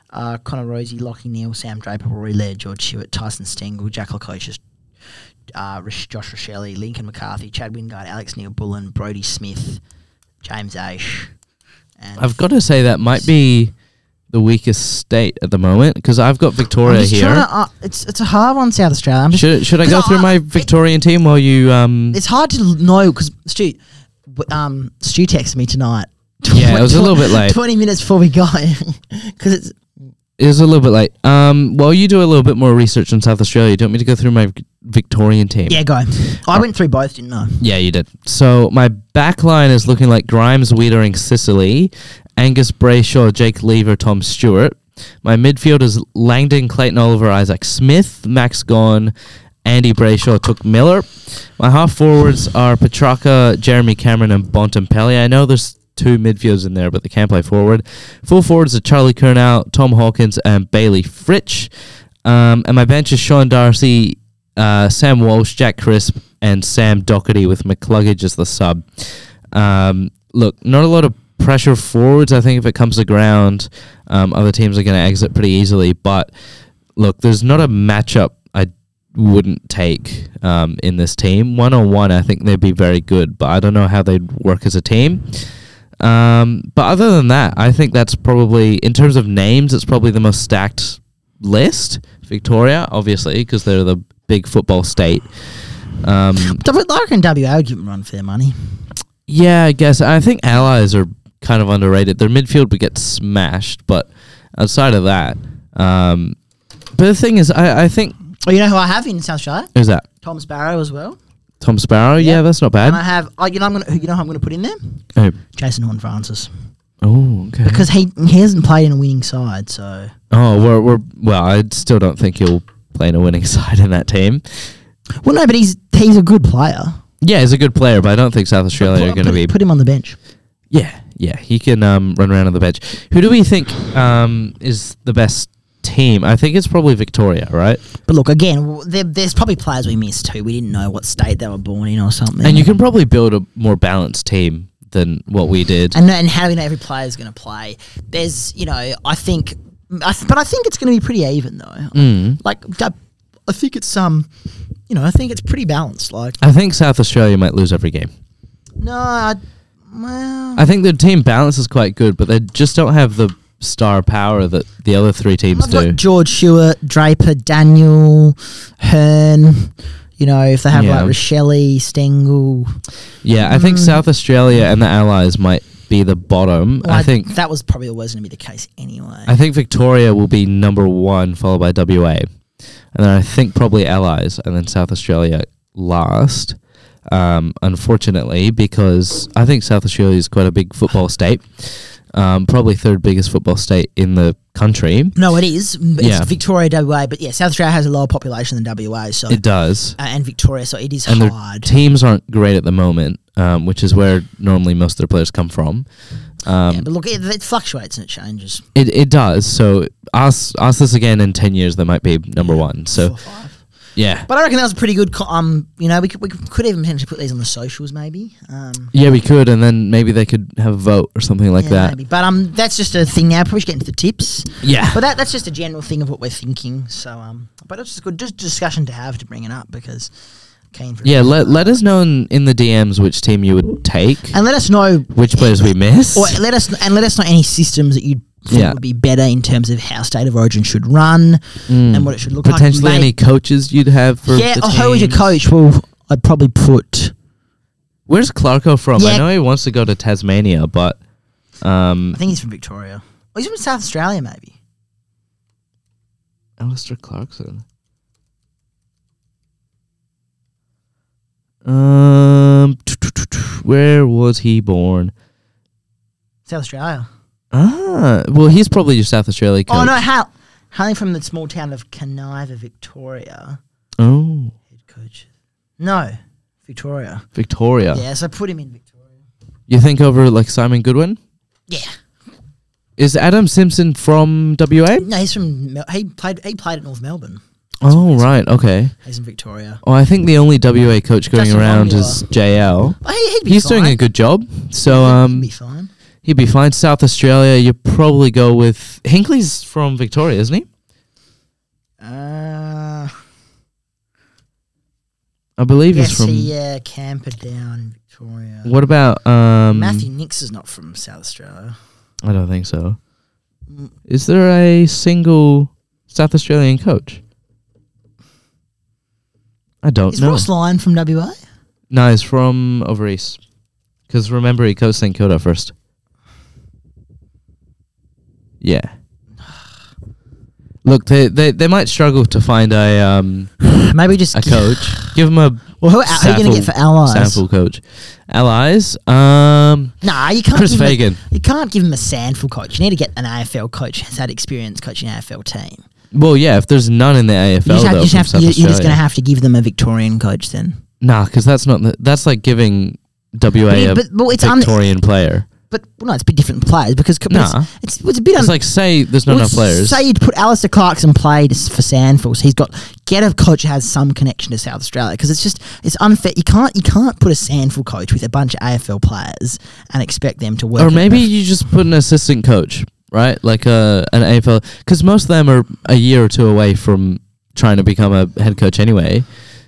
uh, Connor Rosie, Lockie Neal, Sam Draper, Rory Laird, George Hewitt, Tyson Stengel, Jack Lacocious, uh, Rish- Josh Rochelle, Lincoln McCarthy, Chad Wingard, Alex Neil Bullen, Brody Smith, James Aish. And
I've got to say that might be the weakest state at the moment because I've got
I'm
Victoria
just
here.
trying to, uh, it's, it's a hard one, South Australia. I'm just,
should should I go
'cause I-
through my Victorian team while you um?
it's hard to l- know because Stu, w- um, Stu texted me tonight.
(laughs) Yeah, it was a little bit
(laughs)
late.
20 minutes before we got because it's
It was a little bit late. Um, while you do a little bit more research on South Australia, do you want me to go through my Vic- Victorian team?
yeah go
Uh,
I went through both didn't I
Yeah, you did. So my back line is looking like Grimes, Weedering, Sicily, Angus Brayshaw, Jake Lever, Tom Stewart. My midfield is Langdon, Clayton Oliver, Isaac Smith, Max Gawn, Andy Brayshaw, Took Miller. My half forwards are Petraka, Jeremy Cameron, and Bontempelli. I know there's two midfields in there, but they can't play forward. Full forwards are Charlie Kurnow, Tom Hawkins, and Bailey Fritch. Um, and my bench is Sean Darcy, uh, Sam Walsh, Jack Crisp, and Sam Doherty with McCluggage as the sub. Um, look, not a lot of pressure forwards. I think if it comes to ground, um, other teams are going to exit pretty easily. But look, there's not a matchup I wouldn't take um, in this team. One on one, I think they'd be very good, but I don't know how they'd work as a team. Um, but other than that, I think that's probably, in terms of names, it's probably the most stacked list. Victoria, obviously, because they're the big football state. Um,
W- I reckon WA would give them a run for their money.
yeah, I guess. I think allies are kind of underrated. Their midfield would get smashed, but outside of that, um, but the thing is, I, I think
Oh, you know who I have in South Australia?
who's that?
Tom Sparrow as well.
Tom Sparrow.
Yeah.
Yeah, that's not bad.
and I have, I, you know, I'm gonna, you know, who I'm gonna put in there
oh,
Jason Horn Francis
oh, okay.
because he he hasn't played in a winning side, so
oh, we're, we're well. I still don't think he'll play in a winning (laughs) side in that team.
well, no, but he's he's a good player.
Yeah, he's a good player, but I don't think South Australia
Put-
are going to
put-
be.
put him on the bench.
Yeah, yeah, he can um, run around on the bench. Who do we think um, is the best team? I think it's probably Victoria, right?
But look, again, w- there, there's probably players we missed too. We didn't know what state they were born in or something.
And you can probably build a more balanced team than what we did.
and, and how do we know every player is going to play? There's, you know, I think, I th- but I think it's going to be pretty even though.
Mm.
Like, I, I think it's um, you know, I think it's pretty balanced. Like,
I think South Australia might lose every game.
no, I, well,
I think the team balance is quite good, but they just don't have the star power that the other three teams
I've
do.
got George Stewart, Draper, Daniel, Hearn. You know, if they have
Yeah.
like Rochelle, Stengel,
Yeah, I think
Mm.
South Australia and the Allies might be the bottom.
Well,
I think
that was probably always going to be the case anyway.
I think Victoria will be number one, followed by WA, and then I think probably Allies, and then South Australia last. Um, unfortunately, because I think South Australia is quite a big football state, um, probably third biggest football state in the country.
No, it is. It's
Yeah.
Victoria, WA, but yeah, South Australia has a lower population than WA, so
It does.
uh, and Victoria, so it is
And they're
hard.
Teams aren't great at the moment, um, which is where normally most of their players come from. Um,
yeah, but look, it, it fluctuates and it changes.
It it does. So ask ask this again in ten years. That might be number one. So
Four or five.
yeah,
but I reckon that was a pretty good. Co- um, you know, we could, we could could even potentially put these on the socials, maybe. Um,
yeah, we could, and then maybe they could have a vote or something like
yeah,
that.
Maybe. But um, that's just a thing now. Probably should get into the tips.
Yeah,
But that, that's just a general thing of what we're thinking. So um, but it's just good, just discussion to have to bring it up because keen for
yeah. Let let us know in, in the DMs which team you would take,
and let us know
which players we miss.
Or let us and let us know any systems that you think
Yeah.
would be better in terms of how State of Origin should run
Mm.
and what it should look
Potentially
like.
any coaches you'd have for
yeah.
the
Oh, who is your
teams.
coach? Well, I'd probably put.
Where's Clarko from?
Yeah.
I know he wants to go to Tasmania, but um,
I think he's from Victoria. Oh, he's from South Australia, maybe.
Alistair Clarkson. Um, where was he born?
South Australia.
Ah, well, he's probably your South Australia coach.
Oh no, Hal. Hailing from the small town of Caniva, Victoria.
Oh,
Head coach. No, Victoria.
Victoria.
Yeah, so put him in Victoria.
You think over like Simon Goodwin?
Yeah.
Is Adam Simpson from WA?
No, he's from. Mel- He played. He played at North Melbourne.
Oh, right. Okay.
He's in Victoria.
Well, I think the only WA coach going
Justin
around
Romula.
is JL.
Oh, he, he'd be
He's
fine.
doing a good job. So,
he'd
um,
be fine.
he'd be fine. South Australia, you probably go with Hinkley's from Victoria, isn't he?
Uh,
I believe
yes,
he's from.
he uh, Camperdown, Victoria.
What about um?
Matthew Nix is not from South Australia.
I don't think so.
Mm.
Is there a single South Australian coach? I don't
Is
know.
Ross Lyon from WA?
No, he's from over east. Because remember, he coached St Kilda first. Yeah. Look, they, they they might struggle to find a um
Maybe just (laughs)
a
gi-
coach. Give them a
Well, who, who are you going to get
Sample-
for allies?
sample coach. Allies. Um,
Nah, you can't.
Chris
give him a-
Fagan.
you can't give him a Sandful coach. You need to get an AFL coach who's had experience coaching AFL team.
Well, yeah, if there's none in the AFL,
You just have,
though,
you just
from
have to,
South
you- you're just going
Australia.
to have to give them a Victorian coach then.
Nah, because that's not the, that's like giving WA
But,
a
but, but it's un-
Victorian player.
but well, no, it's a bit different players because but
Nah.
it's, it's, it's a bit un-
It's like say there's not
Um, Well,
enough players.
Say you'd put Alistair Clarkson played s- for Sandford. He's got get a coach who has some connection to South Australia because it's just it's unfair. You can't you can't put a Sandford coach with a bunch of AFL players and expect them to work.
or
in
maybe
the-
you just put an assistant coach, right? Like a an AFL, because most of them are a year or two away from trying to become a head coach anyway.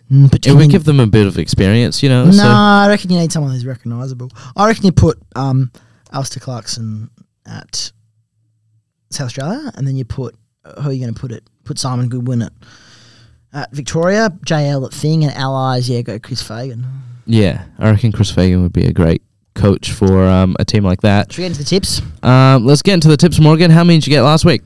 Mm, but
It
you
would
can-
give them a bit of experience, you know.
no,
So
I reckon you need someone who's recognisable. I reckon you put um, Alistair Clarkson at South Australia, and then you put uh, who are you going to put it? Put Simon Goodwin at. At Victoria, JL at Thing, and Allies, yeah, go Chris Fagan.
yeah, I reckon Chris Fagan would be a great coach for um, a team like that.
Should we get into the tips?
Um, let's get into the tips, Morgan. How many did you get last week?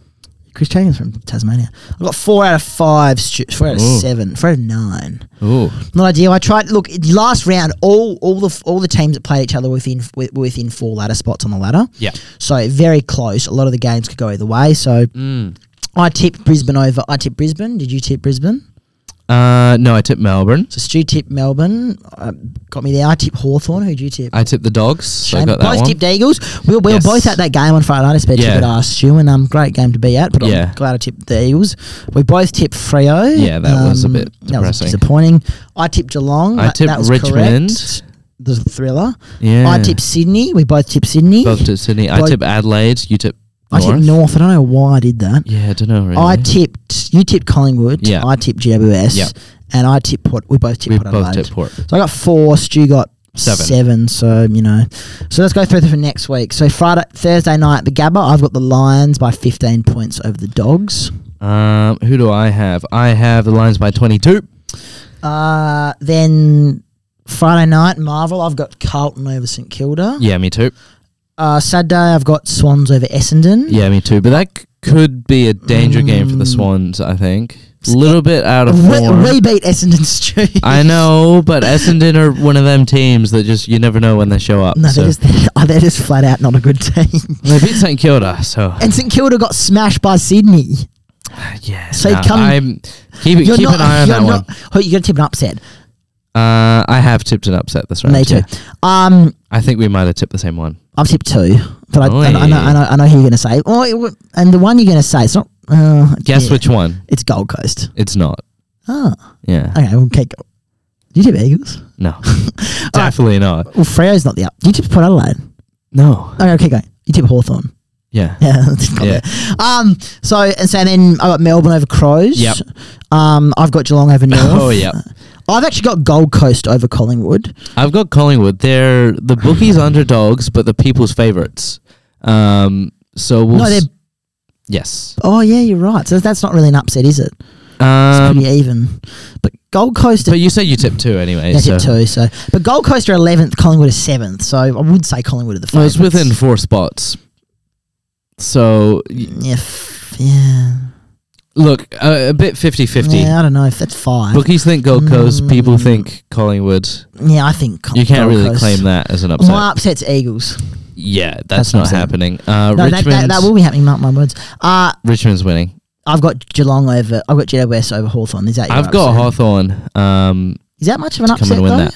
Chris Cheney's from Tasmania. I got four out of five, Stu- four out of
Ooh.
seven, four out of nine.
Ooh.
Not ideal. I tried. Look, it- last round, all all the all the teams that played each other were within were within four ladder spots on the ladder.
Yeah.
So very close. A lot of the games could go either way. So
Mm.
I tipped Brisbane over. I tipped Brisbane. Did you tip Brisbane?
Uh, no, I tipped Melbourne.
So Stu tipped Melbourne. Uh, got me there. I tipped Hawthorn. Who'd you tip?
I tipped the dogs. So I
Shane,
got that
both
one.
tipped Eagles. We were, we were
Yes.
both at that game on Friday night. I spent
Yeah.
yeah. ass Stu, and um, great game to be at. But
Yeah.
I'm glad I tipped the Eagles. We both tipped Freo. Um,
Yeah, that was a bit
That was
depressing.
disappointing. I tipped Geelong.
I
That-
tipped
that was
Richmond.
correct. The thriller.
Yeah.
I tipped Sydney. We both tipped Sydney.
Both tipped Sydney. I
Both-
tipped Adelaide. You tipped
I
North.
tipped North. I don't know why I did that.
Yeah, I don't know. Really.
I tipped. You tipped Collingwood.
Yeah.
I tipped GWS.
Yeah.
And I tipped Port. We both tipped
we
Port
both
Adelaide.
tipped Port.
So I got four. Stu got
Seven.
seven. So you know. So let's go through them for next week. So Friday, Thursday night, the Gabba. I've got the Lions by 15 points over the Dogs.
Um, who do I have? I have the Lions by 22.
Uh, then Friday night, Marvel. I've got Carlton over St Kilda.
Yeah, me too.
Uh, Saturday, I've got Swans over Essendon.
Yeah, me too. But that c- could be a danger game for the
Mm.
Swans, I think. A little bit out of form.
We, we beat Essendon, Stu. (laughs)
I know, but Essendon are one of them teams that just you never know when they show up.
No,
so.
they're (laughs) just, they're just flat out not a good team.
they beat St Kilda,
(laughs)
so
And St Kilda got smashed by Sydney.
yeah.
So
nah,
come-
I'm keep keep an eye on
you're
that
not, Oh, you're going to tip an upset.
one. Uh, I have tipped an upset this round.
Me too.
yeah.
Um,
I think we might have tipped the same one.
I've tipped two, but I, I, know- I, know, I, know, I know who you're going to say. Oh, it w- and the one you're going to say, it's not. Uh,
Guess
yeah,
which one?
It's Gold Coast.
It's not.
Oh,
Yeah.
okay. We'll keep going. Did you tip Eagles? (laughs)
No. Definitely not.
Well, Freo's not the up. You tip Port Adelaide.
No.
Okay, okay, go. You tip Hawthorn. (laughs)
Yeah.
Yeah, it's not
Yeah.
there. Um. So and so then I got Melbourne over Crows.
Yep.
Um. I've got Geelong over North.
(laughs) Oh yeah.
I've actually got Gold Coast over Collingwood.
I've got Collingwood. They're the bookies underdogs, but the people's favourites. Um. So we'll
No, they're-
s- yes.
Oh yeah, you're right. So that's not really an upset, is it? It's
Um.
pretty even. But Gold Coast.
But you said you tipped two anyway.
Yeah,
so.
tip two. So, but Gold Coast are eleventh, Collingwood is seventh. So I would say Collingwood are the
Well, it's
favourites.
within four spots. So y-
Yeah, f- yeah.
look, uh, a bit 50-50.
Yeah, I don't know if that's five.
Bookies think Gold Coast, people
Mm.
think Collingwood.
yeah, I think Col-
You can't
Gold
really
Coast.
claim that as an upset.
My upset's Eagles.
yeah, that's,
That's
not
upset.
happening. Uh,
No, that,
Richmond's,
that, that will be happening. Mark my words. Uh,
Richmond's winning.
I've got Geelong over. I've got GWS over Hawthorn. Is that your
I've got
upset?
Hawthorn. Um,
Is that much of an
to come
upset
and win
though?
that.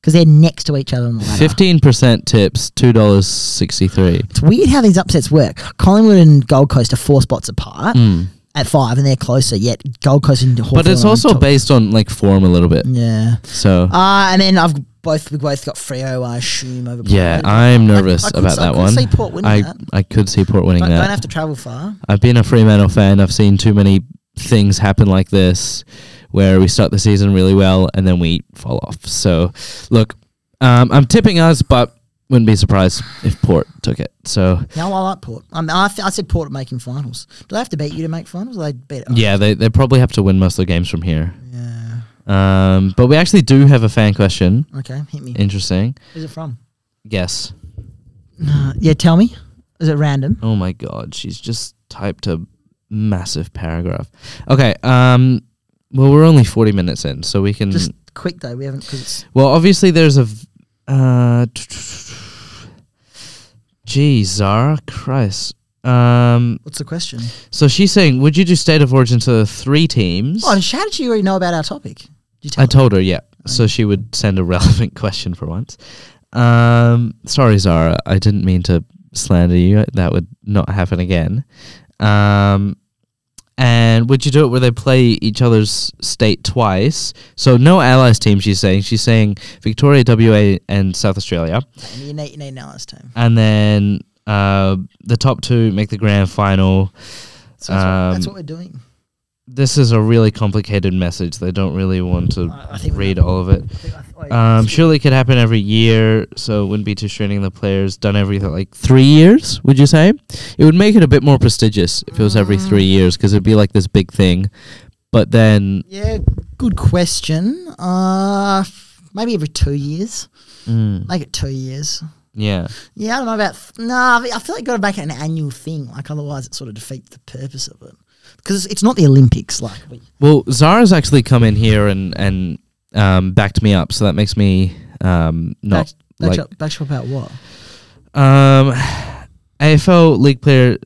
Because they're next to each other on the ladder.
Fifteen percent tips, two dollars sixty three.
It's weird how these upsets work. Collingwood and Gold Coast are four spots apart
Mm.
at five, and they're closer. Yet Gold Coast and Hawthorn.
But it's
are on
also
top.
based on like form a little bit.
yeah.
So
Uh, and then I've both we both got Freo, I assume, over.
yeah,
Port.
I'm nervous
I could-
about
I
that
could
one.
see Port winning
I
that.
I could see Port winning
don't,
that.
don't have to travel far.
I've been a Fremantle fan. I've seen too many things happen like this where we start the season really well and then we fall off. So, look, um, I'm tipping us, but wouldn't be surprised if Port took it. So,
No, I like Port. Um, I, th- I said Port are making finals. Do they have to beat you to make finals? Or they beat it.
yeah, they, they probably have to win most of the games from here.
Yeah.
Um, but we actually do have a fan question.
Okay, hit me.
Interesting.
Where's it from?
Guess.
Uh, yeah, tell me. Is it random?
Oh my god, she's just typed a massive paragraph. Okay, um, well, we're only 40 minutes in, so we can.
Just quick though. We haven't because it's
Well, obviously, there's a. v- Uh, geez, Zara, Christ. Um,
what's the question?
so she's saying, would you do state of origin to the three teams?
Oh, and how did you already know about our topic? Did you tell
I
her?
told her, yeah. So she would send a (laughs) relevant question for once. Um, sorry, Zara, I didn't mean to slander you. That would not happen again. Um, and would you do it where they play each other's state twice? So no allies team. She's saying she's saying Victoria, WA, and South Australia,
And you need you need now this time.
and then uh, the top two make the grand final.
So that's, what, that's
Um,
what we're doing.
This is a really complicated message. They don't really want to
I, I think we-
read all of it.
I think- I think-
Um, surely it could happen every year, so it wouldn't be too straining the players. Done every like three years, would you say? It would make it a bit more prestigious if it was every
Mm.
three years, because it'd be like this big thing. But then,
Yeah, good question. Uh, maybe every two years.
mm,
Make it two years.
Yeah.
Yeah, I don't know about. Th- nah, I feel like you've got to make it an annual thing. Like, otherwise, it sort of defeats the purpose of it. Because it's not the Olympics. Like, we,
Well, Zara's actually come in here and and um, backed me up, so that makes me um, not
back,
like
up, back up about what?
um, AFL league player.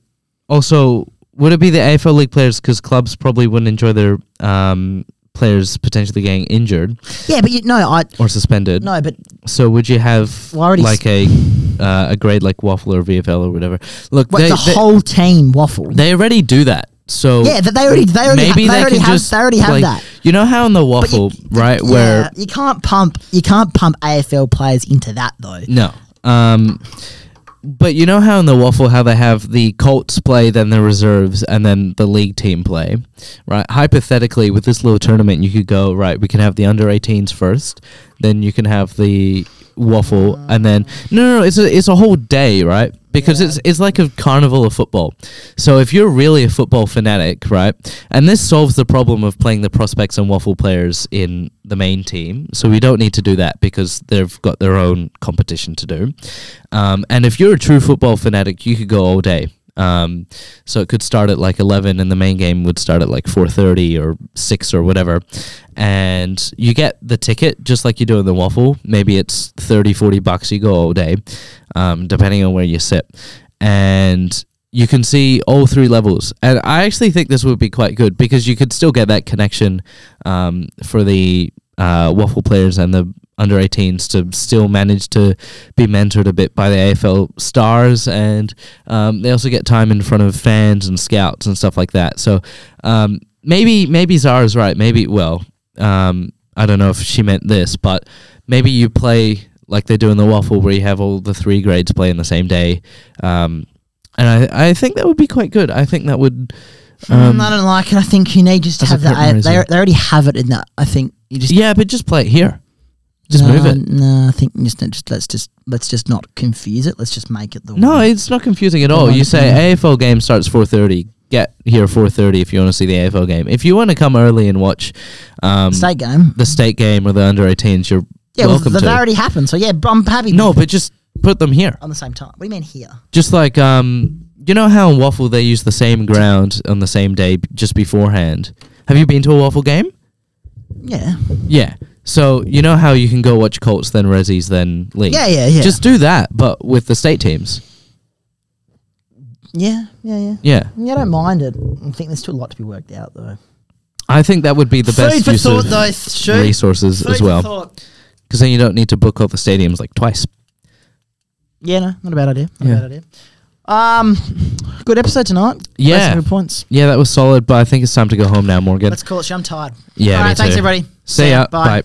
Also, would it be the AFL league players because clubs probably wouldn't enjoy their um, players potentially getting injured
Yeah, but you no, I
or suspended?
no, but
So would you have
Well, I already
like a uh, a grade like Waffle or VFL or whatever? Look,
what,
they,
the
they,
whole team waffle.
they already do that. So
yeah, that they already they already
maybe
ha-
they,
they, already
can
have
just
they already have
like-
that.
You know how in the
But you-
waffle, right?
yeah,
Where
you can't pump you can't pump AFL players into that though.
No. Um, but you know how in the waffle how they have the Colts play, then the reserves, and then the league team play, right? Hypothetically, with this little tournament, you could go right. We can have the under 18s first, then you can have the waffle, and then no, no, no it's a it's a whole day, right? Because it's it's like a carnival of football. So if you're really a football fanatic, right, and this solves the problem of playing the prospects and waffle players in the main team, so we don't need to do that because they've got their own competition to do. Um, and if you're a true football fanatic, you could go all day. Um, so it could start at like eleven, and the main game would start at like four thirty or six or whatever. And you get the ticket just like you do in the waffle. Maybe it's 30, 40 bucks. You go all day, um, depending on where you sit, and you can see all three levels. And I actually think this would be quite good because you could still get that connection um, for the uh, waffle players and the under 18s to still manage to be mentored a bit by the AFL stars, and um, they also get time in front of fans and scouts and stuff like that. So um, maybe maybe Zara's right. Maybe well, um, I don't know if she meant this, but maybe you play like they do in the waffle, where you have all the three grades play in the same day. Um, and I, I think that would be quite good. I think that would. Um,
Mm, I don't like it. I think you need just to
That's a
have that.
great
A- they,
reason.
they already have it in that. I think you just
yeah, but just play it here. Just
no,
move it.
No, I think just, just let's just let's just not confuse it. Let's just make it the
No,
one.
it's not confusing at
The
all.
one
You say
thing.
AFL game starts four thirty. Get here four thirty if you want to see the AFL game. If you want to come early and watch um,
state game.
the state game or the under 18s, you're
Yeah, well,
welcome
they've
to.
already happened. So yeah, but I'm happy.
no,
with
but just put them here.
it on the same time. What do you mean here?
Just like um, you know how in waffle they use the same ground on the same day b- just beforehand. Have you been to a waffle game?
Yeah,
Yeah. So you know how you can go watch Colts, then Rezzies, then League.
yeah, yeah, yeah.
Just do that, but with the state teams.
yeah, yeah, yeah.
Yeah,
Yeah, I don't mind it. I think there's still a lot to be worked out though.
I think that would be the best
Food for
use
thought,
of
though. Shoot.
resources
Food
as
for
well.
thought.
Because then you don't need to book all the stadiums like twice.
Yeah, no, not a bad idea. Not
Yeah.
a bad idea. Um, good episode tonight.
Yeah.
Good points.
Yeah, that was solid, but I think it's time to go home now, Morgan.
Let's call it. shit. I'm tired.
yeah,
All
me
right, thanks
too.
everybody.
See ya. Bye.